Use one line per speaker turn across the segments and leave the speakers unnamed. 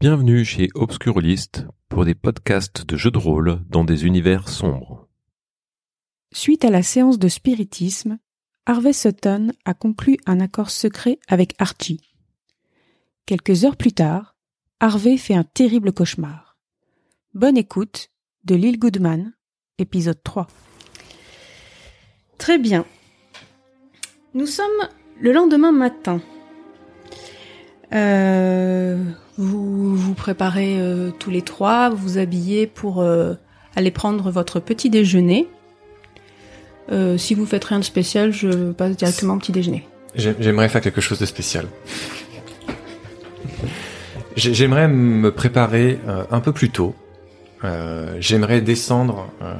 Bienvenue chez Obscurlist pour des podcasts de jeux de rôle dans des univers sombres.
Suite à la séance de spiritisme, Harvey Sutton a conclu un accord secret avec Archie. Quelques heures plus tard, Harvey fait un terrible cauchemar. Bonne écoute de Lil Goodman, épisode 3.
Très bien. Nous sommes le lendemain matin. Euh, vous vous préparez euh, tous les trois, vous vous habillez pour euh, aller prendre votre petit déjeuner. Euh, si vous faites rien de spécial, je passe directement au petit déjeuner.
J'ai- J'aimerais faire quelque chose de spécial. J'ai- J'aimerais me préparer euh, un peu plus tôt. Euh, j'aimerais descendre euh,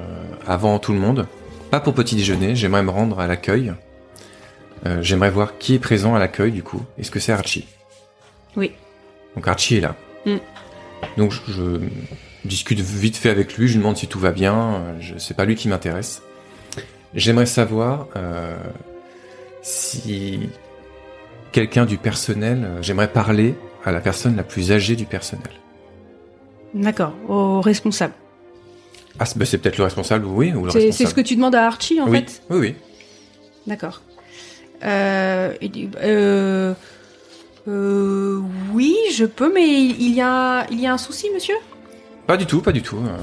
avant tout le monde. Pas pour petit déjeuner, j'aimerais me rendre à l'accueil. Euh, j'aimerais voir qui est présent à l'accueil du coup. Est-ce que c'est Archie
Oui.
Donc Archie est là.
Mm.
Donc je, je discute vite fait avec lui, je lui demande si tout va bien. euh, je- C'est pas lui qui m'intéresse. J'aimerais savoir euh, si quelqu'un du personnel, euh, j'aimerais parler à la personne la plus âgée du personnel.
D'accord, au responsable.
Ah, c'est bah, c'est peut-être le responsable, oui, ou le
C'est
responsable.
c'est ce que tu demandes à Archie en
oui.
fait
oui, oui.
D'accord. Euh, il dit, euh, euh, oui, je peux, mais il il y a, il y a un souci, monsieur
Pas du tout, pas du tout. euh,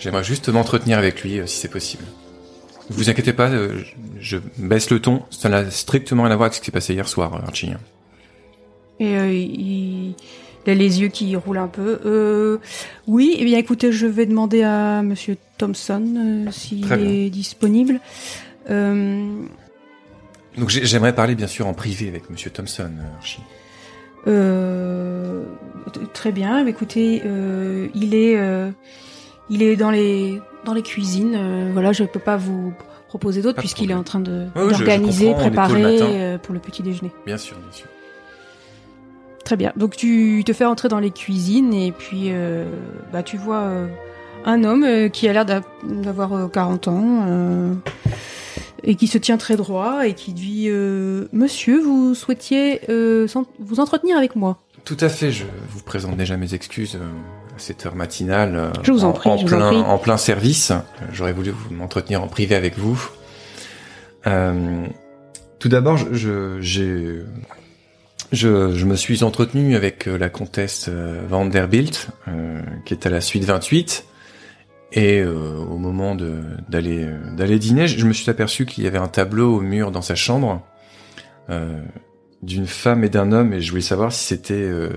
J'aimerais juste m'entretenir avec lui euh, si c'est possible. Vous inquiétez pas, euh, je je baisse le ton. Ça n'a strictement rien à voir avec ce qui s'est passé hier soir, euh, Archie.
Et euh, il, il a les yeux qui roulent un peu. Euh, oui, eh bien écoutez, je vais demander à Monsieur Thompson euh, s'il
Très bien.
est disponible. Euh,
Donc j'ai- j'aimerais parler bien sûr en privé avec Monsieur Thompson, euh, Archie.
euh, t- très bien. eh bien, Écoutez, euh, il est, euh, il est dans les, dans les cuisines. euh, voilà, je peux pas vous proposer d'autres
Pas de
puisqu'il est en train de
Ouais, ouais, je- je
d'organiser,
comprends, on est tôt le
préparer
matin.
euh, pour le petit déjeuner.
Bien sûr, bien sûr.
Très bien. Donc tu te fais entrer dans les cuisines et puis euh, bah, tu vois euh, un homme euh, qui a l'air d'a- d'avoir euh, 40 ans euh, et qui se tient très droit et qui dit euh, Monsieur, vous souhaitiez euh, s'en- vous entretenir avec moi
Tout à fait, je vous présente déjà mes excuses euh, à cette heure matinale. euh,
Je vous en
en,
prie,
en
je vous en
plein,
prie.
en plein service. Euh, J'aurais voulu vous- m'entretenir en privé avec vous. Euh, tout d'abord, je, je, j'ai- je, je me suis entretenu avec euh, la comtesse euh, Vanderbilt, euh, qui est à la suite 28. Et euh, au moment de- d'aller euh, d'aller dîner, je je me suis aperçu qu'il y avait un tableau au mur dans sa chambre euh, d'une femme et d'un homme, et je voulais savoir si c'était euh,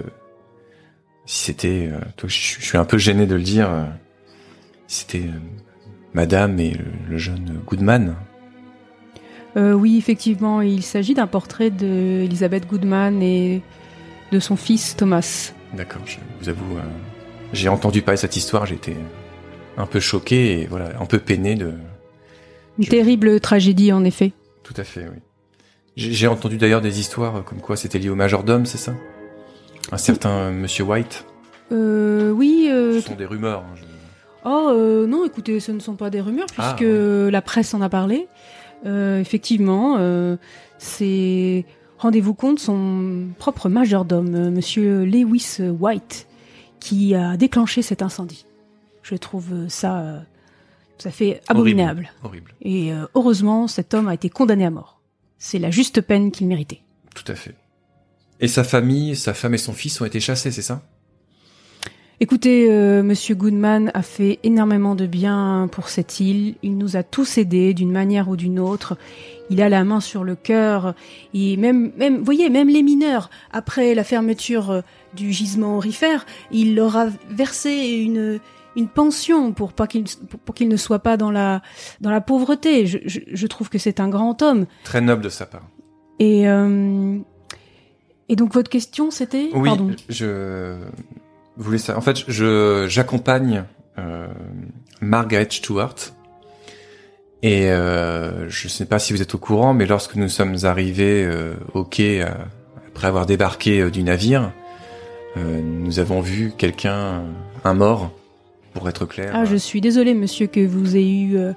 si c'était euh, toi, je, suis- je suis un peu gêné de le dire, euh, si c'était euh, Madame et le, le jeune Goodman.
Euh, Oui, effectivement, il s'agit d'un portrait d'Elizabeth Goodman et de son fils Thomas.
D'accord, je vous avoue, euh, j'ai entendu parler de cette histoire, j'étais un peu choqué et voilà, un peu peiné de.
Une
Je-
terrible tragédie en effet.
Tout à fait, oui. J'ai j'ai entendu d'ailleurs des histoires euh, comme quoi c'était lié au majordome, c'est ça Un certain euh, Monsieur White.
Euh, oui, euh,
Ce sont des rumeurs. hein, je-
Oh euh, non, écoutez, ce ne sont pas des rumeurs
Ah,
puisque la presse en a parlé. Euh, effectivement, euh, c'est rendez-vous compte son propre majordome, euh, Monsieur Lewis White, qui a déclenché cet incendie. Je trouve euh, ça, euh, ça fait
Horrible.
abominable.
Horrible.
Et euh, heureusement, cet homme a été condamné à mort. C'est la juste peine qu'il méritait.
Tout à fait. Et sa famille, sa femme et son fils ont été chassés, c'est ça
Écoutez, euh, Monsieur Goodman a fait énormément de bien pour cette île. Il nous a tous aidés d'une manière ou d'une autre. Il a la main sur le cœur. Et même, même, vous voyez, même les mineurs, après la fermeture euh, du gisement aurifère, il leur a versé une une pension pour pas qu'ils pour, pour qu'ils ne soient pas dans la dans la pauvreté. Je- je, je trouve que c'est un grand homme.
Très noble de sa part.
Et euh, et donc votre question c'était
Oui,
Pardon.
je voulais ça. En fait, je j'accompagne euh, Margaret Stewart et euh, je sais pas si vous êtes au courant, mais lorsque nous sommes arrivés euh, au quai euh, après avoir débarqué euh, du navire, euh, nous avons vu quelqu'un, un mort, pour être clair.
Ah, je suis désolée, monsieur, que vous ayez eu euh,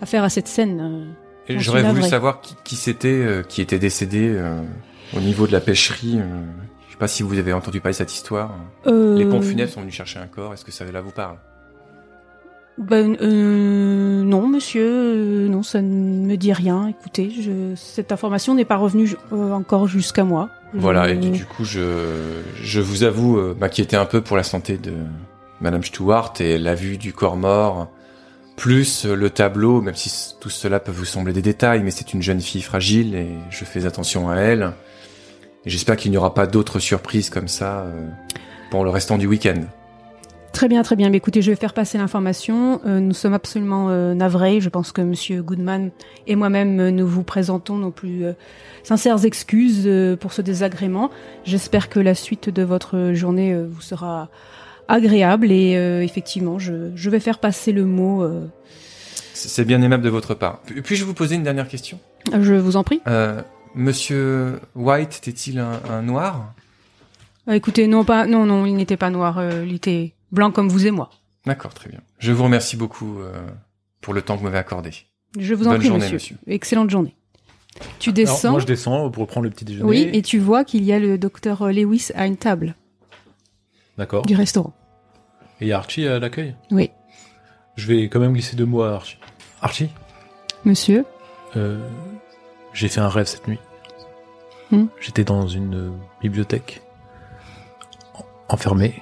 affaire à cette scène. euh.
Et
j'en suis
J'aurais voulu
navrée.
savoir qui, qui c'était, euh, qui était décédé euh, au niveau de la pêcherie. euh, sais pas si vous avez entendu parler de cette histoire.
Euh,
Les pompes funèbres sont venus chercher un corps. Est-ce que ça là vous parle
Ben, euh, non, monsieur, euh, non, ça ne me dit rien. Écoutez, je, cette information n'est pas revenue ju- euh, encore jusqu'à moi.
Voilà.
Je-
Et du coup, je, je vous avoue euh, m'inquiéter un peu pour la santé de Madame Stuart et la vue du corps mort, plus le tableau. Même si c- tout cela peut vous sembler des détails, mais c'est une jeune fille fragile et je fais attention à elle. Et j'espère qu'il n'y aura pas d'autres surprises comme ça euh, pour le restant du week-end.
Très bien, très bien. Mais écoutez, je vais faire passer l'information. Euh, nous sommes absolument euh, navrés. Je pense que Monsieur Goodman et moi-même, euh, nous vous présentons nos plus euh, sincères excuses euh, pour ce désagrément. J'espère que la suite de votre journée euh, vous sera agréable et euh, effectivement, je, je vais faire passer le mot. euh,
C'est c'est bien aimable de votre part. Puis- Puis-je vous poser une dernière question
je vous en prie.
Euh, Monsieur White était-il un, un noir
Ah, écoutez, non, pas, non, non, il n'était pas noir. euh, il était blanc comme vous et moi.
D'accord, très bien. Je vous remercie beaucoup euh, pour le temps que vous m'avez accordé.
Je vous en
Bonne
prie,
journée,
monsieur.
monsieur.
Excellente journée. Tu
Alors,
descends.
moi, je descends pour prendre le petit déjeuner.
Oui, et tu vois qu'il y a le docteur Lewis à une table
D'accord.
du restaurant.
Et il y a Archie à l'accueil
Oui.
Je vais quand même glisser deux mots à Archie. Archie,
Monsieur
euh, j'ai fait un rêve cette nuit.
Hmm.
J'étais dans une euh, bibliothèque, en- enfermée.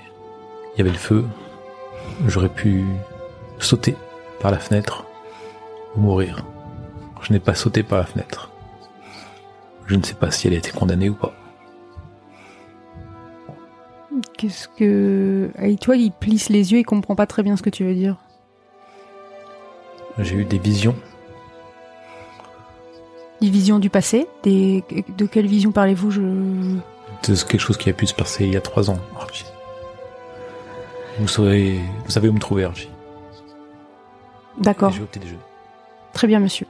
Il y avait le feu. J'aurais pu sauter par la fenêtre ou mourir. Je n'ai pas sauté par la fenêtre. Je ne sais pas si elle a été condamnée ou pas.
Qu'est-ce que... Et toi, il plisse les yeux, il comprend pas très bien ce que tu veux dire.
J'ai eu des visions
Des visions du passé des... De quelle vision parlez-vous Je...
de ce- quelque chose qui a pu se passer il y a trois ans, Archie. Vous saurez, vous savez où me trouver, Archie.
D'accord.
Et je vais au petit déjeuner.
Très bien, monsieur.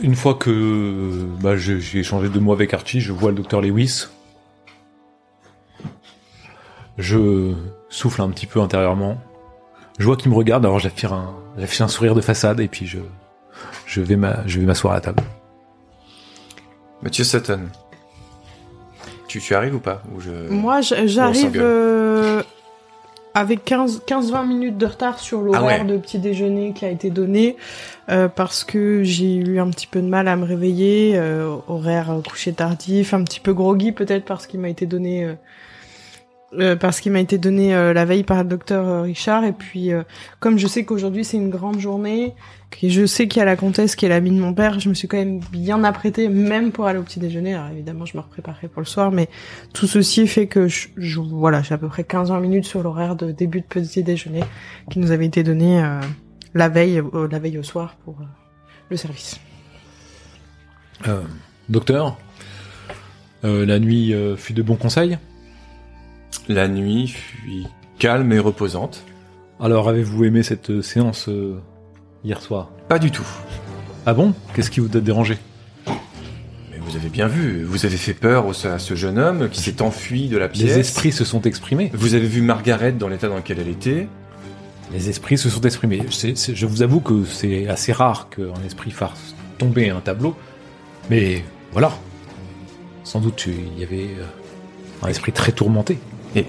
Une fois que bah, je- j'ai échangé deux mots avec Archie, je vois le docteur Lewis. Je souffle un petit peu intérieurement. Je vois qu'il me regarde, alors j'affiche un, j'affiche un sourire de façade et puis je, je vais ma- je vais m'asseoir à la table.
Monsieur Sutton, tu, tu arrives ou pas ou je...
Moi, j-
Euh, on
j'arrive
s'engueule.
euh, avec 15 15-20 minutes de retard sur l'horaire
Ah ouais.
de petit déjeuner qui a été donné euh, parce que j'ai eu un petit peu de mal à me réveiller, euh, horaire euh, coucher tardif, un petit peu groggy peut-être parce qu'il m'a été donné euh, euh, parce qu'il m'a été donné euh, la veille par le docteur euh, Richard et puis euh, comme je sais qu'aujourd'hui c'est une grande journée, que je sais qu'il y a la comtesse qui est l'amie de mon père, je me suis quand même bien apprêtée même pour aller au petit déjeuner. Alors évidemment, je me repréparais pour le soir mais tout ceci fait que je, je- voilà, j'ai à peu près 15-20 minutes sur l'horaire de début de petit déjeuner qui nous avait été donné euh, la veille euh, la veille au soir pour euh, le service.
Euh, docteur, euh, la nuit euh, fut de bons conseils.
La nuit fut calme et reposante.
Alors avez-vous aimé cette euh, séance euh, hier soir
Pas du tout.
Ah bon Qu'est-ce qui vous a dérangé
Mais vous avez bien vu, vous avez fait peur au- à ce jeune homme qui s'est enfui de la pièce.
Les esprits se sont exprimés.
Vous avez vu Margaret dans l'état dans lequel elle était.
Les esprits se sont exprimés. C'est- c'est- je vous avoue que c'est assez rare qu'un esprit fasse tomber un tableau, mais voilà. Sans doute il y avait euh, un esprit très tourmenté.
Et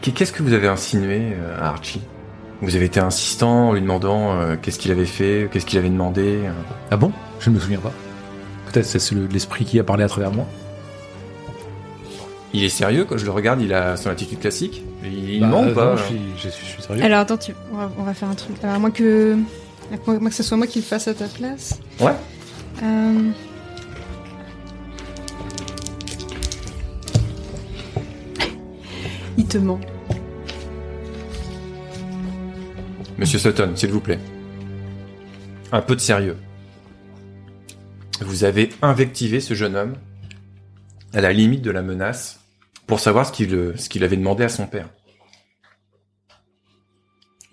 qu- qu'est-ce que vous avez insinué euh, à Archie Vous avez été insistant en lui demandant euh, qu'est-ce qu'il avait fait, qu'est-ce qu'il avait demandé. euh.
Ah bon Je ne me souviens pas. Peut-être c'est le- l'esprit qui a parlé à travers moi.
Il est sérieux quand je le regarde, il a son attitude classique. Il, il
Bah,
ment ou
euh,
pas hein
non, je, suis, je suis- je suis sérieux.
Alors attends, tu... on, va, on va faire un truc. Alors à moins que, à moins que ce soit moi qui le fasse à ta place.
Ouais.
Euh,
Il te ment.
Monsieur Sutton, s'il vous plaît. Un peu de sérieux. Vous avez invectivé ce jeune homme à la limite de la menace pour savoir ce qu'il euh, ce qu'il avait demandé à son père.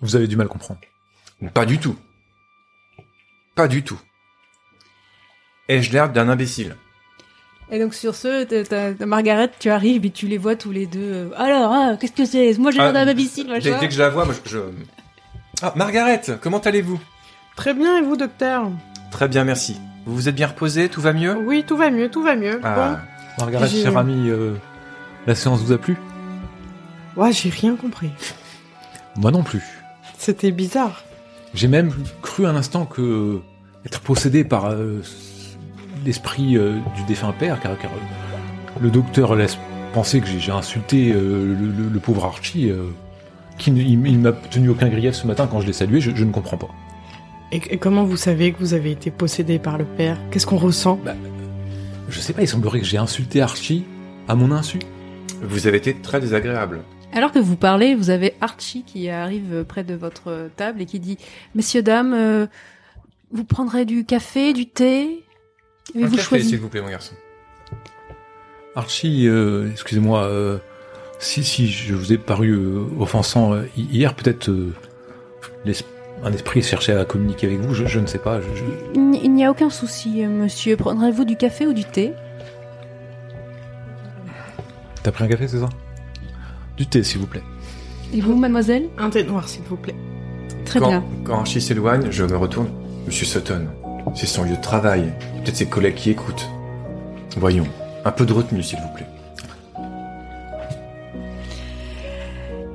Vous avez du mal à comprendre.
Pas du tout. Pas du tout. Ai-je l'air d'un imbécile
Et donc sur ce, t'as- t'as- t'as Margaret, tu arrives et tu les vois tous les deux. euh, Alors, hein, qu'est-ce que c'est Moi j'ai
Ah,
l'air d'un imbécile,
Dès,
machin.
dès que je la vois, moi, je... je- Ah, Margaret, comment allez-vous
Très bien et vous docteur
Très bien, merci. Vous vous êtes bien reposé Tout va mieux
Oui, tout va mieux, tout va mieux.
Ah,
Margaret,
J'ai-
cher ami, euh, la séance vous a plu
Ouais, j'ai rien compris.
Moi non plus.
C'était bizarre.
J'ai même cru un instant que être possédé par euh, l'esprit euh, du défunt père, car, car, euh, le docteur laisse penser que j'ai j'ai insulté euh, le, le- le pauvre Archie, euh, qui ne- il, il m'a tenu aucun grief ce matin quand je l'ai salué. Je, je ne comprends pas.
Et, et comment vous savez que vous avez été possédé par le père Qu'est-ce qu'on ressent
Je sais pas. Il semblerait que j'ai insulté Archie à mon insu.
Vous avez été très désagréable.
Alors que vous parlez, vous avez Archie qui arrive euh, près de votre euh, table et qui dit Messieurs, dames, euh, vous prendrez du café, du thé
Un
Avez-vous
café,
choisi
s'il vous plaît, mon garçon.
Archie, euh, excusez-moi, euh, si, si je vous ai paru euh, offensant euh, hi- hier, peut-être euh, l'es- un esprit cherchait à communiquer avec vous, je, je ne sais pas. je- je-
Il n'y- Il n'y a aucun souci, euh, monsieur. Prendrez-vous du café ou du thé
T'as pris un café, c'est ça Du thé, s'il vous plaît.
Et vous, mademoiselle
Un thé noir, s'il vous plaît.
Très
quand,
bien.
Quand Archie s'éloigne, je me retourne. Monsieur Sutton, c'est son lieu de travail. Peut-être ses collègues qui écoutent. Voyons, un peu de retenue, s'il vous plaît.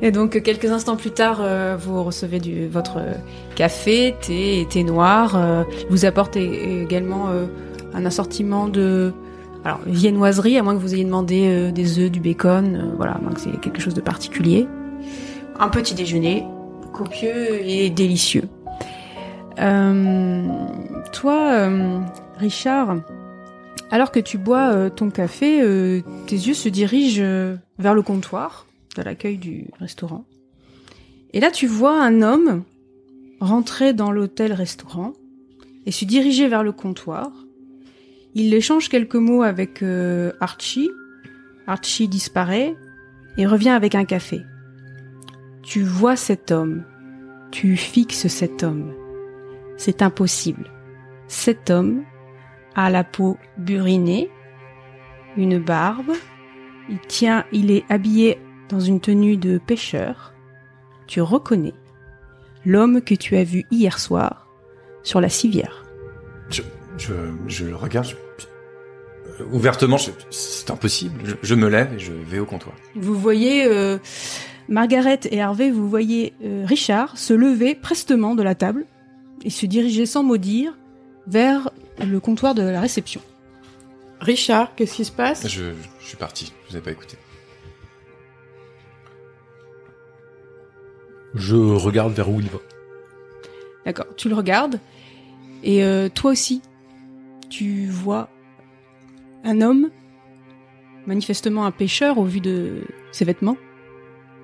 Et donc, quelques instants plus tard, euh, vous recevez du, votre euh, café, thé et thé noir. euh, il vous apporte é- également euh, un assortiment de alors, viennoiserie, à moins que vous ayez demandé euh, des œufs, du bacon, euh, voilà, à moins que c'est quelque chose de particulier. Un petit déjeuner copieux et délicieux. Euh, toi, euh, Richard, alors que tu bois euh, ton café, euh, tes yeux se dirigent euh, vers le comptoir de l'accueil du restaurant. Et là, tu vois un homme rentrer dans l'hôtel-restaurant et se diriger vers le comptoir. Il échange quelques mots avec euh, Archie. Archie disparaît et revient avec un café. Tu vois cet homme. Tu fixes cet homme. C'est impossible. Cet homme a la peau burinée, une barbe. Il tient, il est habillé dans une tenue de pêcheur, tu reconnais l'homme que tu as vu hier soir sur la civière.
Je, je le regarde. je- euh, Ouvertement, je- c'est impossible. Je, je me lève et je vais au comptoir.
Vous voyez euh, Margaret et Hervé, vous voyez euh, Richard se lever prestement de la table et se diriger sans mot dire vers le comptoir de la réception.
Richard, qu'est-ce qui se passe
Je, je suis parti. Je vous ai pas écouté.
Je regarde vers où il va.
D'accord, tu le regardes et euh, toi aussi, tu vois un homme, manifestement un pêcheur au vu de ses vêtements,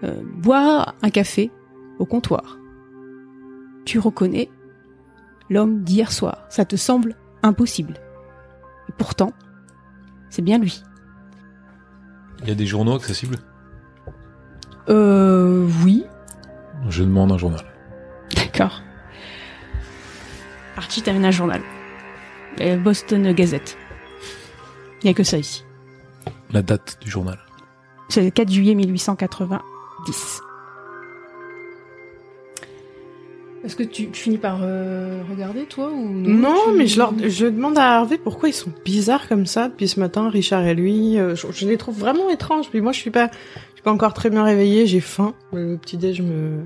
euh, boire un café au comptoir. Tu reconnais l'homme d'hier soir. Ça te semble impossible. Et pourtant, c'est bien lui.
Il y a des journaux accessibles
Euh, oui.
Je demande un journal.
D'accord. Archie t'amène un journal. La Boston Gazette. Il n'y a que ça ici.
La date du journal.
C'est le 4 juillet 1890. Est-ce que tu, tu finis par euh, regarder, toi, ou
Non,
Tu-
mais je, leur, je demande à Hervé pourquoi ils sont bizarres comme ça depuis ce matin, Richard et lui. Euh, Je, je les trouve vraiment étranges. Puis moi, je suis pas, je suis pas encore très bien réveillée. J'ai faim. Le petit déj me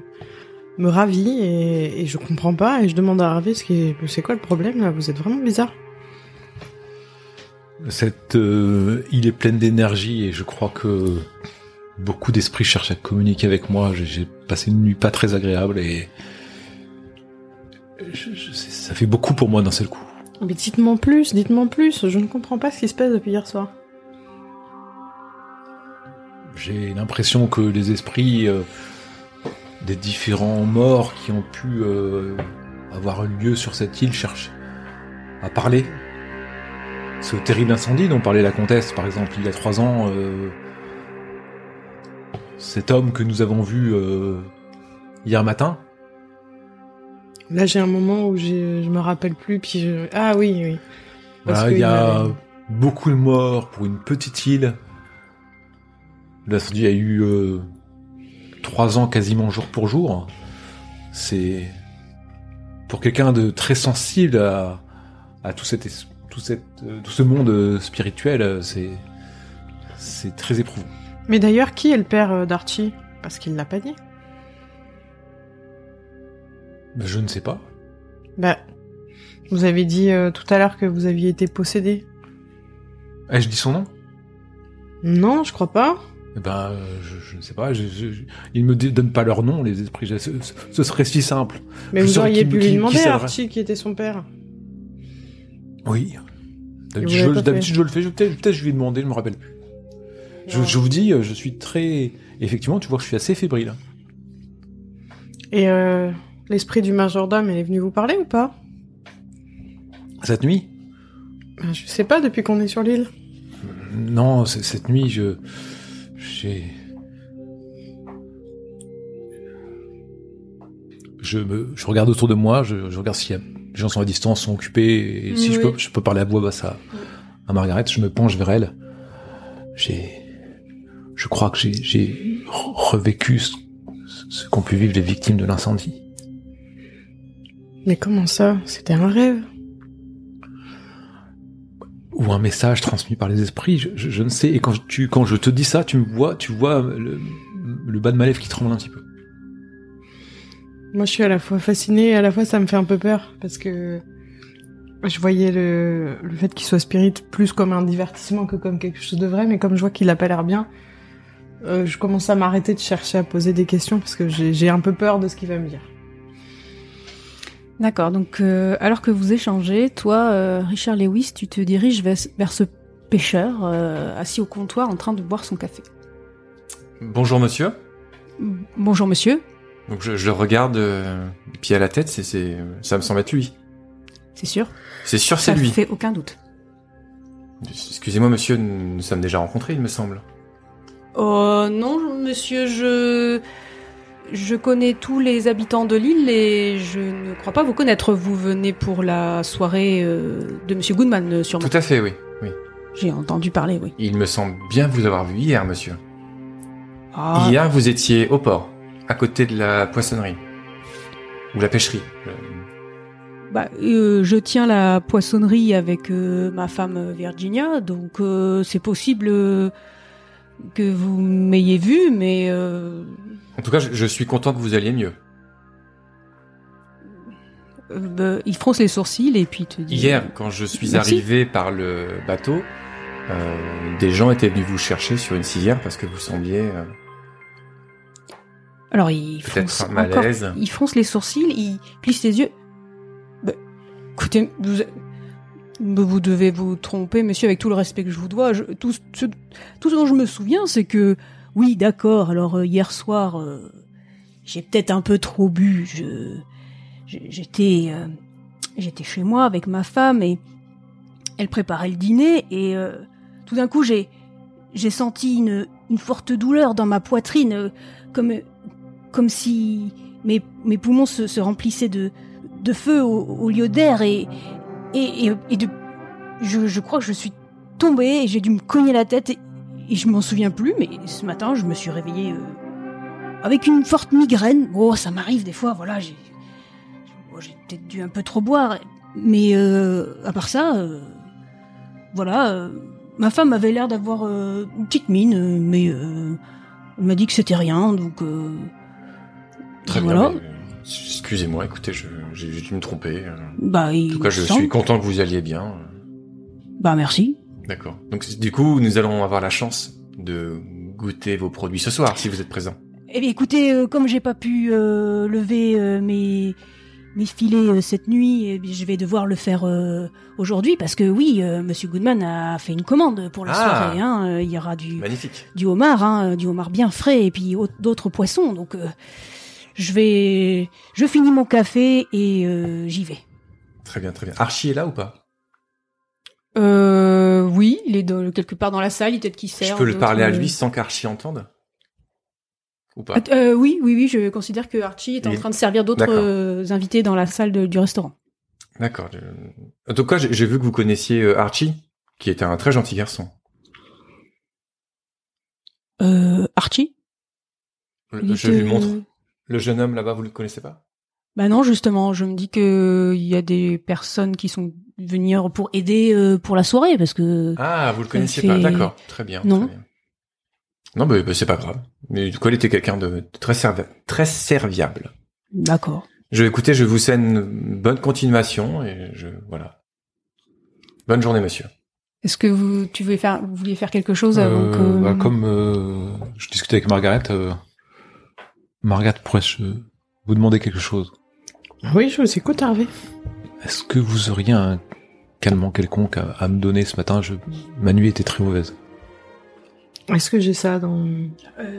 me ravit et, et je comprends pas. Et je demande à Hervé ce qui, est- c'est quoi le problème là Vous êtes vraiment bizarre.
Cette euh, île est pleine d'énergie et je crois que beaucoup d'esprits cherchent à communiquer avec moi. J'ai- J'ai passé une nuit pas très agréable et je- je- c'est- ça fait beaucoup pour moi d'un seul coup.
Ah, Mais dites-moi plus, dites-moi plus. Je ne comprends pas ce qui se passe depuis hier soir.
J'ai l'impression que les esprits euh, des différents morts qui ont pu euh, avoir eu lieu sur cette île cherchent à parler. Ce terrible incendie dont parlait la comtesse, par exemple, il y a trois ans, euh, cet homme que nous avons vu euh, hier matin,
Là, j'ai un moment où j'ai- je me rappelle plus. Puis je... ah oui, oui. Parce
voilà,
que
Bah, il y a
m'avait-
beaucoup de morts pour une petite île. L'incendie a eu euh, trois ans quasiment jour pour jour. C'est pour quelqu'un de très sensible à, à tout, cet es- tout, cette, euh, tout ce monde euh, spirituel, euh, c'est
c'est très éprouvant.
Mais d'ailleurs, qui est le père euh, d'Archie Parce qu'il l'a pas dit.
Ben, je ne sais pas.
Bah, vous avez dit euh, tout à l'heure que vous aviez été possédé.
Ai-je dit son nom
Non, je crois pas.
Eh Ben, euh, je, je ne sais pas. je- je- je- Ils ne me dé- donnent pas leur nom, les esprits. Ce, ce- ce serait si simple.
Mais
Je
vous
saurais
auriez
qui-
pu
qui-
lui
qui
demander
c'est,
à
vrai.
Archie qui était son père.
Oui. D'habitude,
vous l'avez
je,
pas fait.
d'habitude, je le fais. je- Peut-être peut je lui ai demandé, je me rappelle. plus. Je, je vous dis, euh, je suis très... Effectivement, tu vois que je suis assez fébrile.
Et euh, l'esprit du majordome, elle est venue vous parler ou pas
Cette nuit
Bah, Je sais pas depuis qu'on est sur l'île.
Non, c- cette nuit, je. J'ai. Je, me, je regarde autour de moi, je, je regarde si y a- les gens sont à distance, sont occupés, et si je,
Oui.
peux, je peux parler à voix basse à, à Margaret, je me penche vers elle. J'ai. Je crois que j'ai- j'ai re- revécu ce, ce qu'ont pu vivre les victimes de l'incendie.
Mais comment ça C'était un rêve.
ou un message transmis par les esprits, je, je- je ne sais. Et quand tu, quand je te dis ça, tu me vois, tu vois le, le bas de ma lèvre qui tremble un petit peu.
Moi, je suis à la fois fascinée et à la fois ça me fait un peu peur parce que je voyais le, le fait qu'il soit spirit plus comme un divertissement que comme quelque chose de vrai, mais comme je vois qu'il a pas l'air bien, euh, je commence à m'arrêter de chercher à poser des questions parce que j'ai j'ai un peu peur de ce qu'il va me dire.
D'accord, donc euh, alors que vous échangez, toi, euh, Richard Lewis, tu te diriges vers, vers ce pêcheur euh, assis au comptoir en train de boire son café.
Bonjour monsieur.
M- Bonjour monsieur,
Donc je, je le regarde, euh, puis à la tête, c'est, c'est, ça me semble être lui.
c'est sûr
C'est sûr,
Ça
c'est lui.
fait aucun doute.
Excusez-moi monsieur, nous nous sommes déjà rencontrés, il me semble.
Oh non, monsieur, je... Je connais tous les habitants de l'île et je ne crois pas vous connaître. Vous venez pour la soirée euh, de monsieur Goodman, euh, sûrement.
Tout à fait, oui. oui.
J'ai entendu parler, oui.
Il me semble bien vous avoir vu hier, monsieur.
Ah,
Hier, vous étiez au port, à côté de la poissonnerie. Ou la pêcherie. Euh,
bah, euh, je tiens la poissonnerie avec euh, ma femme euh, Virginia, donc euh, c'est possible euh, que vous m'ayez vu, mais euh,
En tout cas, je, je suis content que vous alliez mieux.
euh, bah, il fronce les sourcils et puis te dit...
Hier, quand je suis
Merci.
arrivé par le bateau, euh, des gens étaient venus vous chercher sur une civière parce que vous sembliez euh,
Alors il fronce
peut-être
encore
malaise.
Il fronce les sourcils, il plisse les yeux. Bah, écoutez, vous, bah, vous devez vous tromper, monsieur, avec tout le respect que je vous dois. Je- tout, ce, tout ce dont je me souviens, c'est que, oui, d'accord, alors euh, hier soir, euh, j'ai peut-être un peu trop bu. Je, je- j'étais, euh, j'étais chez moi avec ma femme et elle préparait le dîner et euh, tout d'un coup, j'ai, j'ai senti une, une forte douleur dans ma poitrine, euh, comme, comme si mes, mes poumons se, se remplissaient de, de feu au, au lieu d'air et, et, et, et de. Je, je crois que je suis tombée et j'ai dû me cogner la tête et, et je m'en souviens plus, mais ce matin je me suis réveillée euh, avec une forte migraine. Oh, ça m'arrive des fois, voilà, j'ai. bon, j'ai peut-être dû un peu trop boire, mais euh, à part ça, euh, voilà, euh, ma femme avait l'air d'avoir euh, une petite mine, euh, mais euh, elle m'a dit que c'était rien, donc. euh,
Très
voilà.
bien. mais, euh, Excusez-moi, écoutez, je- j'ai j'ai dû me tromper. euh.
Bah,
En tout cas, je suis content que vous alliez bien.
Bah, merci.
D'accord. Donc c- du coup, nous allons avoir la chance de goûter vos produits ce soir, si vous êtes présent.
Eh bien, écoutez, euh, comme j'ai pas pu euh, lever euh, mes, mes filets euh, cette nuit, eh bien, je vais devoir le faire euh, aujourd'hui parce que oui, euh, Monsieur Goodman a fait une commande pour la
Ah.
soirée. Hein, Euh, il y aura du,
Magnifique.
du homard, hein, euh, du homard bien frais et puis au- d'autres poissons. Donc, euh, je vais, je finis mon café et euh, j'y vais.
Très bien, très bien. Archie est là ou pas
Euh, oui, il est quelque part dans la salle, il peut-être qu'il
Je peux le parler à lui sans qu'Archie entende Ou pas
Euh, oui, oui, oui, je considère que Archie est en
Il-
train de servir d'autres
D'accord.
euh, invités dans la salle de- du restaurant.
D'accord. je- En tout cas, j'ai j'ai vu que vous connaissiez euh, Archie, qui était un très gentil garçon.
Euh, Archie
Le-
il
Euh, je
était- euh,
lui montre. Le jeune homme là-bas, vous le connaissez pas
Bah non, justement, je me dis que il y a des personnes qui sont venir pour aider euh, pour la soirée parce que
Ah, vous le
Ça
connaissiez
fait-
pas. D'accord. Très bien.
Non.
très bien. Non, mais, mais c'est pas grave. Mais du coup, elle était quelqu'un de très, servi- très serviable.
D'accord.
Je écoutez, je vous souhaite une bonne continuation et je voilà. Bonne journée, monsieur.
Est-ce que vous, tu voulais faire, vous vouliez faire quelque chose avant
Euh,
que...
bah, comme euh, je discutais avec Margaret, euh, Margaret, pourrais-je euh, vous demander quelque chose
Oui, je vous écoute, Harvey.
Est-ce que vous auriez un calmant quelconque à, à me donner ce matin je... Ma nuit était très mauvaise.
Est-ce que j'ai ça dans...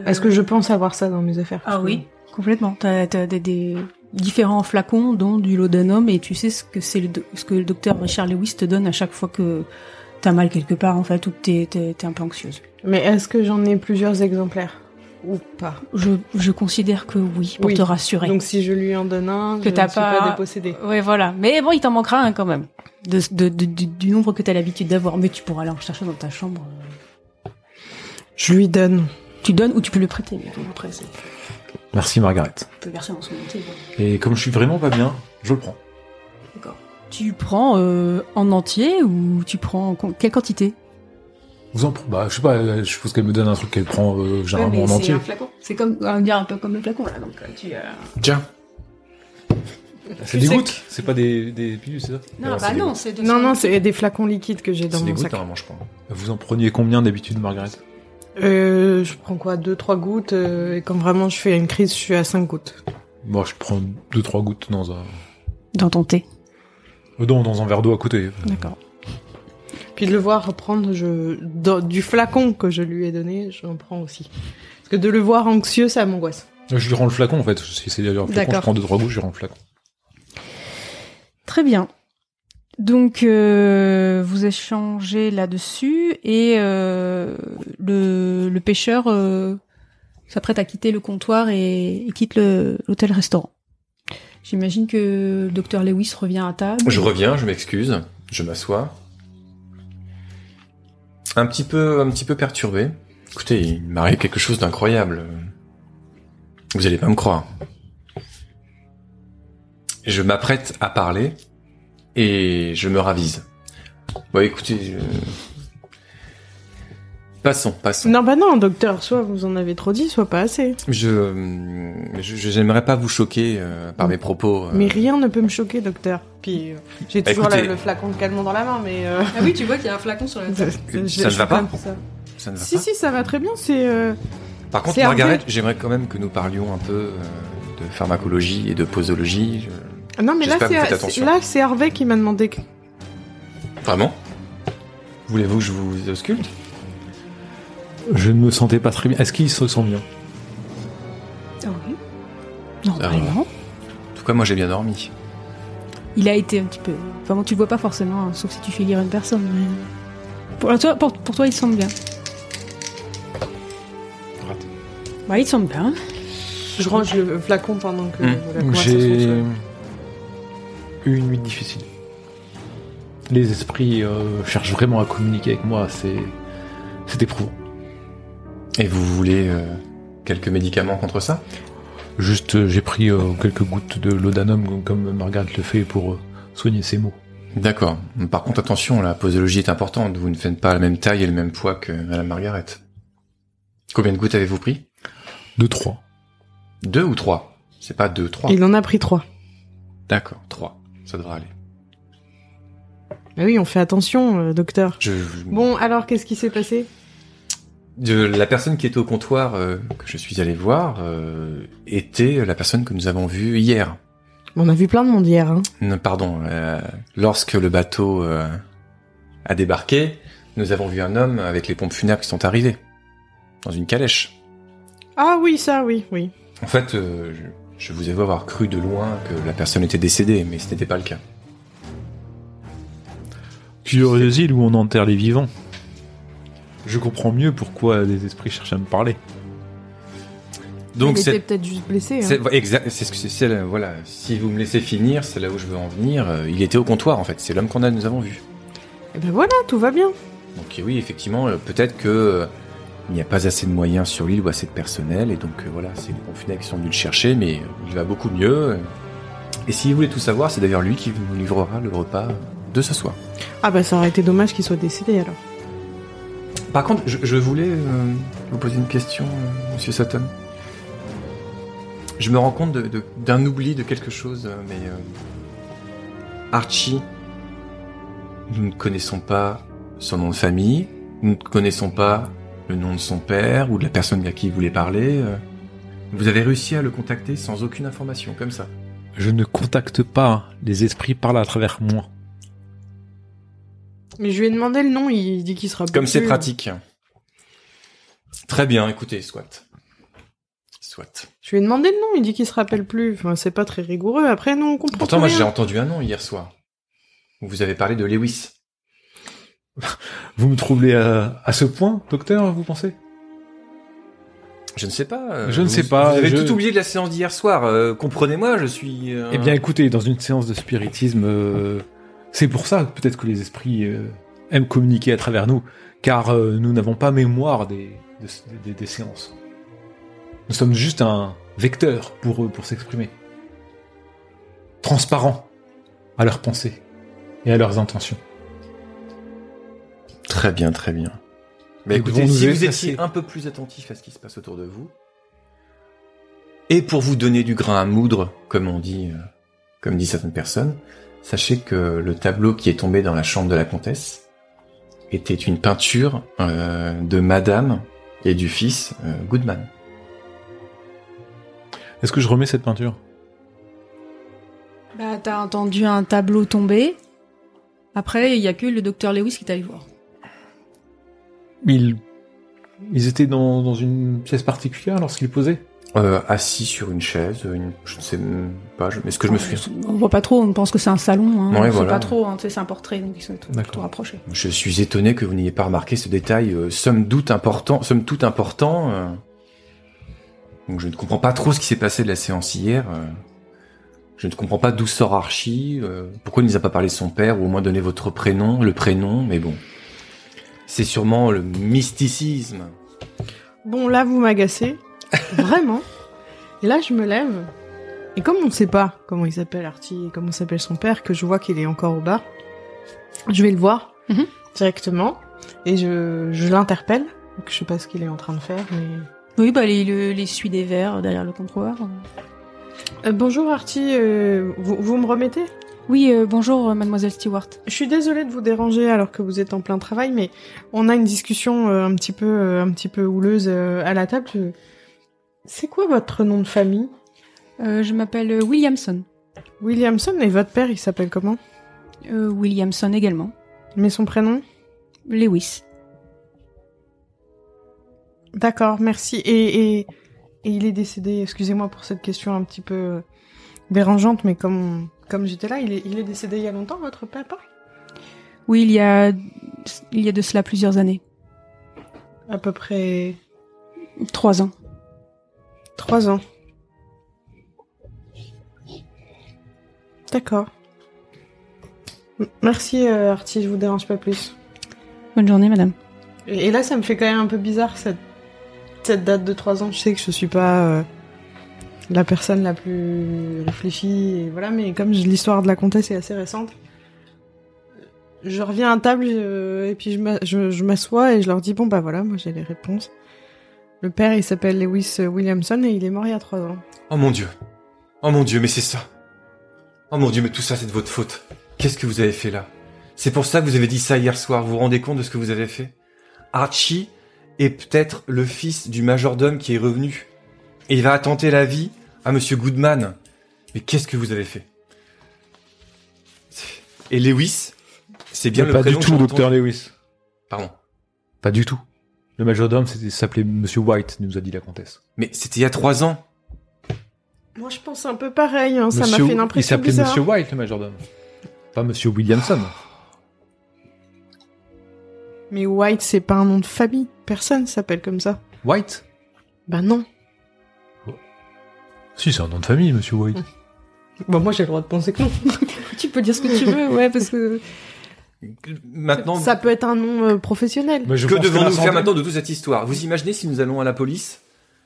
Est-ce que je pense avoir ça dans mes affaires
Ah oui, Euh, complètement. T'as, t'as des, des différents flacons, dont du laudanum, et tu sais ce que c'est le do- ce que le docteur Richard Lewis te donne à chaque fois que t'as mal quelque part, en fait, ou que t'es, t'es, t'es un peu anxieuse.
Mais est-ce que j'en ai plusieurs exemplaires Ou pas
Je, je considère que oui, pour
Oui.
te rassurer.
Donc si je lui en donne un,
Que
je
t'as
ne suis
pas-
pas, dépossédée.
Ouais, voilà. Mais bon, il t'en manquera un quand même, de, de- de- du, du nombre que t'as l'habitude d'avoir. Mais tu pourras aller en chercher dans ta chambre.
Je lui donne.
Tu donnes ou tu peux le prêter. mais Après, c'est-
Merci Margaret.
tu peux verser dans son thé.
Et comme je suis vraiment pas bien, je le prends.
Tu prends euh, en entier ou tu prends en con- quelle quantité
Vous en prenez Bah, je sais pas, euh, je suppose qu'elle me donne un truc qu'elle prend euh, généralement en entier.
flacon. C'est comme on dirait un peu comme le flacon là. Donc euh, tu. euh,
Tiens,
C'est des gouttes C'est pas des, des pilules, c'est ça
Non,
Alors,
bah
c'est des
non, c'est de.
Non, non, c'est des flacons liquides que j'ai dans
c'est des
mon
gouttes
sac.
normalement, je pense.
Vous en preniez combien d'habitude Margaret
Euh, je prends quoi Deux, trois gouttes. euh, et quand vraiment je fais une crise, je suis à cinq gouttes.
Moi je prends deux trois gouttes dans un,
dans ton thé
euh, non, dans un verre d'eau à côté.
D'accord.
Puis de le voir reprendre je... dans- du flacon que je lui ai donné, j'en prends aussi. Parce que de le voir anxieux, ça m'angoisse.
Euh, Je lui rends le flacon en fait. Si c'est un flacon, je
D'accord.
prends deux trois gouttes, je lui rends le flacon.
Très bien. Donc euh, vous échangez là-dessus et euh, le, le pêcheur euh, s'apprête à quitter le comptoir et, et quitte le- l'hôtel-restaurant. J'imagine que le docteur Lewis revient à table.
Je reviens, je m'excuse, je m'assois. Un petit peu, un petit peu perturbé. Écoutez, il m'arrive quelque chose d'incroyable. Vous allez pas me croire. Je m'apprête à parler et je me ravise. Bon, écoutez, je- passons, passons.
Non, bah non, docteur, soit vous en avez trop dit, soit pas assez.
Je, je, je- j'aimerais pas vous choquer euh, par mes propos. euh.
Mm. Mais rien ne peut me choquer, docteur. Puis euh, j'ai
Bah,
toujours la-
écoutez.
le flacon de calmant dans la main, mais... euh,
Ah oui, tu vois qu'il y a un flacon sur la table.
Ça
je-
ne
je
va
suis
pas
comme ça.
Ça ne va
Si,
pas
si, ça va très bien, c'est... euh,
Par contre,
C'est Hervé.
Margaret, j'aimerais quand même que nous parlions un peu euh, de pharmacologie et de posologie. Je-
Non, mais là,
J'espère que vous faites
c'est- c'est
attention.
là, c'est Hervé qui m'a demandé... que-
Vraiment Voulez-vous que je vous ausculte
Je ne me sentais pas très bien. Est-ce qu'il se sent bien
Ah oui. Normalement.
En tout cas, moi j'ai bien dormi.
Il a été un petit peu. Enfin bon, tu le vois pas forcément, hein, sauf si tu fais lire une personne. mais- Pour toi, pour, pour toi, il semble bien. Bah, il semble bien.
Je range le flacon pendant que
Hmm.
euh, la conversation
J'ai
se...
eu une nuit difficile. Les esprits euh, cherchent vraiment à communiquer avec moi. C'est c'est éprouvant.
Et vous voulez euh, quelques médicaments contre ça
Juste, euh, j'ai pris euh, quelques gouttes de laudanum comme Margaret le fait pour euh, soigner ses maux.
D'accord. Par contre, attention, la posologie est importante. Vous ne faites pas la même taille et le même poids que Madame Margaret. Combien de gouttes avez-vous pris
Deux trois.
Deux ou trois C'est pas deux, trois.
Il en a pris trois.
D'accord, trois. Ça devrait aller.
Bah oui, on fait attention, euh, docteur.
Je...
Bon, alors, qu'est-ce qui s'est passé
De la personne qui était au comptoir euh, que je suis allé voir euh, était la personne que nous avons vue hier.
On a vu plein de monde hier, hein.
Non, Pardon, euh, lorsque le bateau euh, a débarqué, nous avons vu un homme avec les pompes funèbres qui sont arrivés dans une calèche.
Ah oui, ça, oui, oui.
En fait, euh, je, je vous avoue avoir cru de loin que la personne était décédée, mais ce n'était pas le cas.
Qu'il y aurait des îles où on enterre les vivants. Je comprends mieux pourquoi les esprits cherchent à me parler.
Donc
il
c'est
était peut-être juste blessé. hein.
C'est exact, c'est ce que c'est- c'est là, voilà. Si vous me laissez finir, c'est là où je veux en venir. Euh, Il était au comptoir en fait. C'est l'homme qu'on a, nous avons vu.
Eh ben voilà, tout va bien.
Donc oui, effectivement, euh, peut-être que euh, il n'y a pas assez de moyens sur l'île ou assez de personnel, et donc euh, voilà, c'est les confinés qui sont venus le chercher, mais euh, il va beaucoup mieux. euh. Et si vous voulez tout savoir, c'est d'ailleurs lui qui vous livrera le repas de ce soir.
Ah bah ça aurait été dommage qu'il soit décédé alors.
Par contre, je, je voulais euh, vous poser une question, euh, Monsieur Sutton. Je me rends compte de- de- d'un oubli de quelque chose, euh, mais euh, Archie, nous ne connaissons pas son nom de famille, nous ne connaissons pas le nom de son père ou de la personne à qui il voulait parler. euh. Vous avez réussi à le contacter sans aucune information, comme ça.
Je ne contacte pas les esprits par là à travers moi.
Mais je lui ai demandé le nom, il dit qu'il sera
Comme c'est pratique. Très bien, écoutez, soit. Soit.
Je lui ai demandé le nom, il dit qu'il se rappelle plus. Enfin, c'est pas très rigoureux. Après, nous, on comprend
Pourtant,
plus
moi,
rien.
j'ai entendu un nom hier soir. Vous avez parlé de Lewis.
Vous me troublez à, à ce point, docteur, vous pensez
Je ne sais pas. euh,
Je ne
vous-
sais pas,
Vous avez
je-
tout oublié de la séance d'hier soir. euh, Comprenez-moi, je suis. euh,
Eh bien, écoutez, dans une séance de spiritisme, euh, c'est pour ça peut-être que les esprits euh, aiment communiquer à travers nous, car euh, nous n'avons pas mémoire des, de- des- des séances. Nous sommes juste un vecteur pour eux, pour s'exprimer. Transparent à leurs pensées et à leurs intentions.
Très bien, très bien. Mais
Nous
écoutez,
devons
si
nous
vous
effacer.
étiez un peu plus attentif à ce qui se passe autour de vous, et pour vous donner du grain à moudre, comme on dit, euh, comme disent certaines personnes, sachez que le tableau qui est tombé dans la chambre de la comtesse était une peinture euh, de Madame et du fils euh, Goodman.
Est-ce que je remets cette peinture
Bah, t'as entendu un tableau tomber. Après, il y a que le docteur Lewis qui t'allait voir.
ils, ils étaient dans, dans une pièce particulière lorsqu'ils posaient
Euh, assis sur une chaise, une- je ne sais pas, je- est-ce que je me souviens
On voit pas trop, on pense que c'est un salon. Hein.
Ouais,
on sait
voilà.
pas trop, hein, tu sais, c'est un portrait, donc ils sont tout,
D'accord.
tout rapprochés.
Je suis étonné que vous n'ayez pas remarqué ce détail, euh, somme doute important, somme toute important. euh. Donc je ne comprends pas trop ce qui s'est passé de la séance hier. euh. Je ne comprends pas d'où sort Archie, euh, pourquoi il ne nous a pas parlé de son père, ou au moins donné votre prénom, le prénom, mais bon. C'est sûrement le mysticisme.
Bon, là, vous m'agacez. Vraiment. Et là, je me lève. Et comme on ne sait pas comment il s'appelle Artie et comment s'appelle son père, que je vois qu'il est encore au bar, je vais le voir
Mhm.
directement. Et je, je l'interpelle. Donc, Je sais pas ce qu'il est en train de faire, mais...
Oui, bah, les, le- les suies des verres derrière le comptoir.
Euh, bonjour Artie, euh, vous, vous me remettez
Oui, euh, bonjour, euh, mademoiselle Stewart.
Je suis désolée de vous déranger alors que vous êtes en plein travail, mais on a une discussion euh, un petit peu, euh, un petit peu houleuse euh, à la table. Je- C'est quoi votre nom de famille
Euh, je m'appelle euh, Williamson.
Williamson et votre père, il s'appelle comment
Euh, Williamson également.
Mais son prénom
Lewis.
D'accord, merci. Et, et, et il est décédé, excusez-moi pour cette question un petit peu euh, dérangeante, mais comme, comme j'étais là, il est, il est décédé il y a longtemps, votre papa
Oui, il y a, il y a de cela plusieurs années.
À peu près
Trois ans.
trois ans. D'accord. M- Merci euh, Artie, je vous dérange pas plus.
Bonne journée, madame.
Et, et là, ça me fait quand même un peu bizarre cette, cette date de 3 ans. Je sais que je suis pas euh, la personne la plus réfléchie, et voilà, mais comme je- l'histoire de la comtesse est assez récente, euh, je reviens à table euh, et puis je m'a- je je m'assois et je leur dis Bon, bah voilà, moi j'ai les réponses. Le père, il s'appelle Lewis euh, Williamson et il est mort il y a 3 ans.
Oh mon dieu. Oh mon dieu, mais c'est ça. Oh mon dieu, mais tout ça c'est de votre faute. Qu'est-ce que vous avez fait là C'est pour ça que vous avez dit ça hier soir, vous vous rendez compte de ce que vous avez fait Archie est peut-être le fils du majordome qui est revenu. Et il va attenter la vie à monsieur Goodman. Mais qu'est-ce que vous avez fait Et Lewis C'est bien le
Pas du
prénom que
tout,
j'entends-
docteur Lewis.
Pardon.
Pas du tout. Le majordome c'était- s'appelait Monsieur White, nous a dit la comtesse.
Mais c'était il y a trois ans.
Moi, je pense un peu pareil, hein, ça m'a
Monsieur-
fait une
Il
impression
s'appelait
bizarre.
Monsieur White, le majordome. Pas Monsieur Williamson.
Mais White, c'est pas un nom de famille. Personne s'appelle comme ça.
White
Bah non.
Si, c'est un nom de famille, Monsieur White.
Bah moi, j'ai le droit de penser que non.
Tu peux dire ce que tu veux, ouais, parce que.
Maintenant,
Ça peut être un nom euh, professionnel.
Mais je
que
pense
devons-nous
l'incendie-
faire maintenant de toute cette histoire Vous imaginez si nous allons à la police,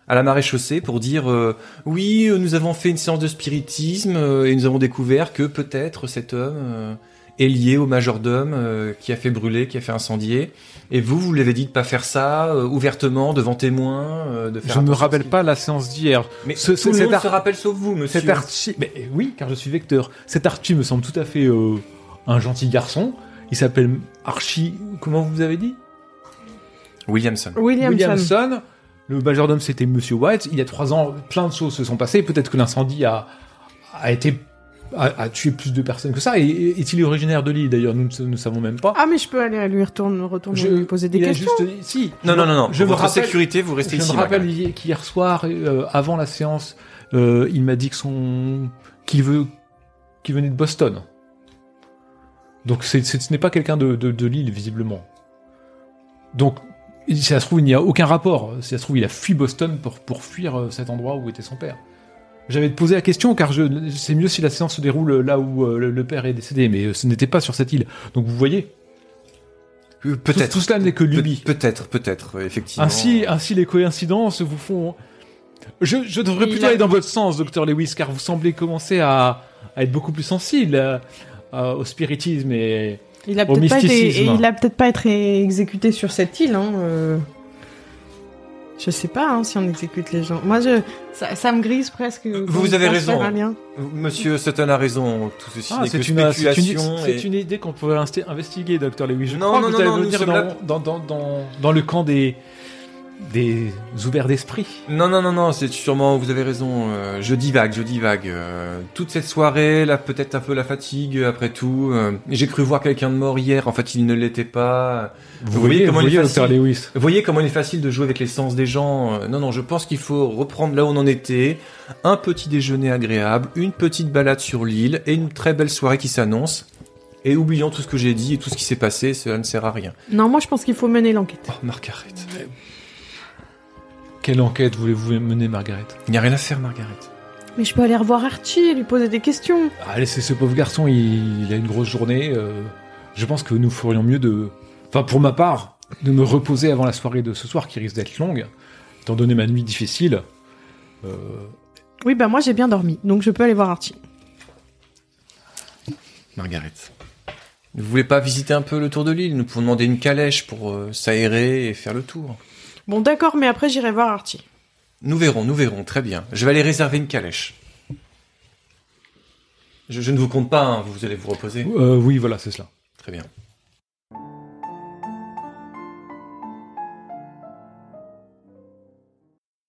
à la maréchaussée, pour dire euh, oui, euh, nous avons fait une séance de spiritisme euh, et nous avons découvert que peut-être cet homme euh, est lié au majordome euh, qui a fait brûler, qui a fait incendier. Et vous, vous l'avez dit de pas faire ça euh, ouvertement devant témoins, euh, de faire.
Je
attention
me
à ce
rappelle
qu'il-
pas la séance d'hier.
Mais
ce-
tout le
cet
monde
ar-
se rappelle sauf vous, monsieur.
Cet Archie, mais eh oui, car je suis vecteur. Cet Archie me semble tout à fait euh, un gentil garçon. Il s'appelle Archie. Comment vous avez dit
Williamson.
Williamson.
Williamson. Le majordome, c'était Monsieur White. Il y a trois ans, plein de choses se sont passées. Peut-être que l'incendie a, a été a, a tué plus de personnes que ça. Et- Et est-il originaire de l'île D'ailleurs, nous ne nous savons même pas.
Ah, mais je peux aller à lui retourner, retourner
Je-
lui poser des
il a
questions.
juste- si.
Non, non, non, non.
Je
Pour
me
votre
rappelle-
sécurité, vous restez
je
ici.
me rappelle
Margaret.
hi- qu'hier soir, euh, avant la séance, euh, il m'a dit que son qu'il veut qu'il venait de Boston. Donc c'est, c'est- ce n'est pas quelqu'un de, de, de l'île visiblement. Donc si ça se trouve il n'y a aucun rapport. Si ça se trouve il a fui Boston pour pour fuir euh, cet endroit où était son père. J'avais posé la question car je, c'est mieux si la séance se déroule là où euh, le, le père est décédé, mais euh, ce n'était pas sur cette île. Donc vous voyez,
Euh, Peut-être.
tout, tout cela n'est que
Pe-
lubie.
Peut-être, peut-être, euh, effectivement.
Ainsi, ainsi les coïncidences vous font. Je, je devrais
Il
plutôt
a-
aller dans votre sens, docteur Lewis, car vous semblez commencer à, à être beaucoup plus sensible euh, euh, au spiritisme et.
Il a
Au
peut-être pas été, et
mysticisme.
il a peut-être pas été exécuté sur cette île. Hein, euh. Je sais pas hein, si on exécute les gens. Moi, je, ça, ça me grise presque. quand je
avez
pense
raison.
faire un lien.
Monsieur Sutton a raison. Tout ceci n'est que
Ah, c'est une, c'est une-
spéculation.
c'est
et-
une idée qu'on pourrait insti- investiguer, docteur Lewis. Je
Non,
crois
non, non,
que vous allez
non, nous
venir
sommes
dans,
là-
dans, dans, dans, dans le camp des, des ouverts d'esprit.
Non, non, non, non, c'est sûrement, vous avez raison, euh, je divague, je divague. euh, toute cette soirée, là, peut-être un peu la fatigue, euh, après tout. euh, J'ai cru voir quelqu'un de mort hier, en fait, il ne l'était pas.
Vous,
voyez
voyez,
comment
vous
il est
voyez, docteur
facile.
Lewis.
Vous voyez comment il est facile de jouer avec les sens des gens. euh, non, non, je pense qu'il faut reprendre là où on en était. Un petit déjeuner agréable, une petite balade sur l'île, et une très belle soirée qui s'annonce. Et oublions tout ce que j'ai dit et tout ce qui s'est passé, cela ne sert à rien.
Non, moi, je pense qu'il faut mener l'enquête.
Oh, Margaret.
Quelle enquête voulez-vous mener, Margaret
Il n'y a rien à faire, Margaret.
Mais je peux aller revoir Archie et lui poser des questions.
Ah, Laissez ce pauvre garçon, il, il a une grosse journée. euh, je pense que nous ferions mieux de. Enfin, pour ma part, de me reposer avant la soirée de ce soir qui risque d'être longue, étant donné ma nuit difficile. Euh,
Oui, bah moi, j'ai bien dormi, donc je peux aller voir Archie.
Margaret. Vous voulez pas visiter un peu le tour de l'île Nous pouvons demander une calèche pour euh, s'aérer et faire le tour.
Bon, d'accord, mais après, j'irai voir Archie.
Nous verrons, nous verrons, très bien. Je vais aller réserver une calèche. Je, je ne vous compte pas, hein, vous allez vous reposer.
euh, oui, voilà, c'est cela.
Très bien.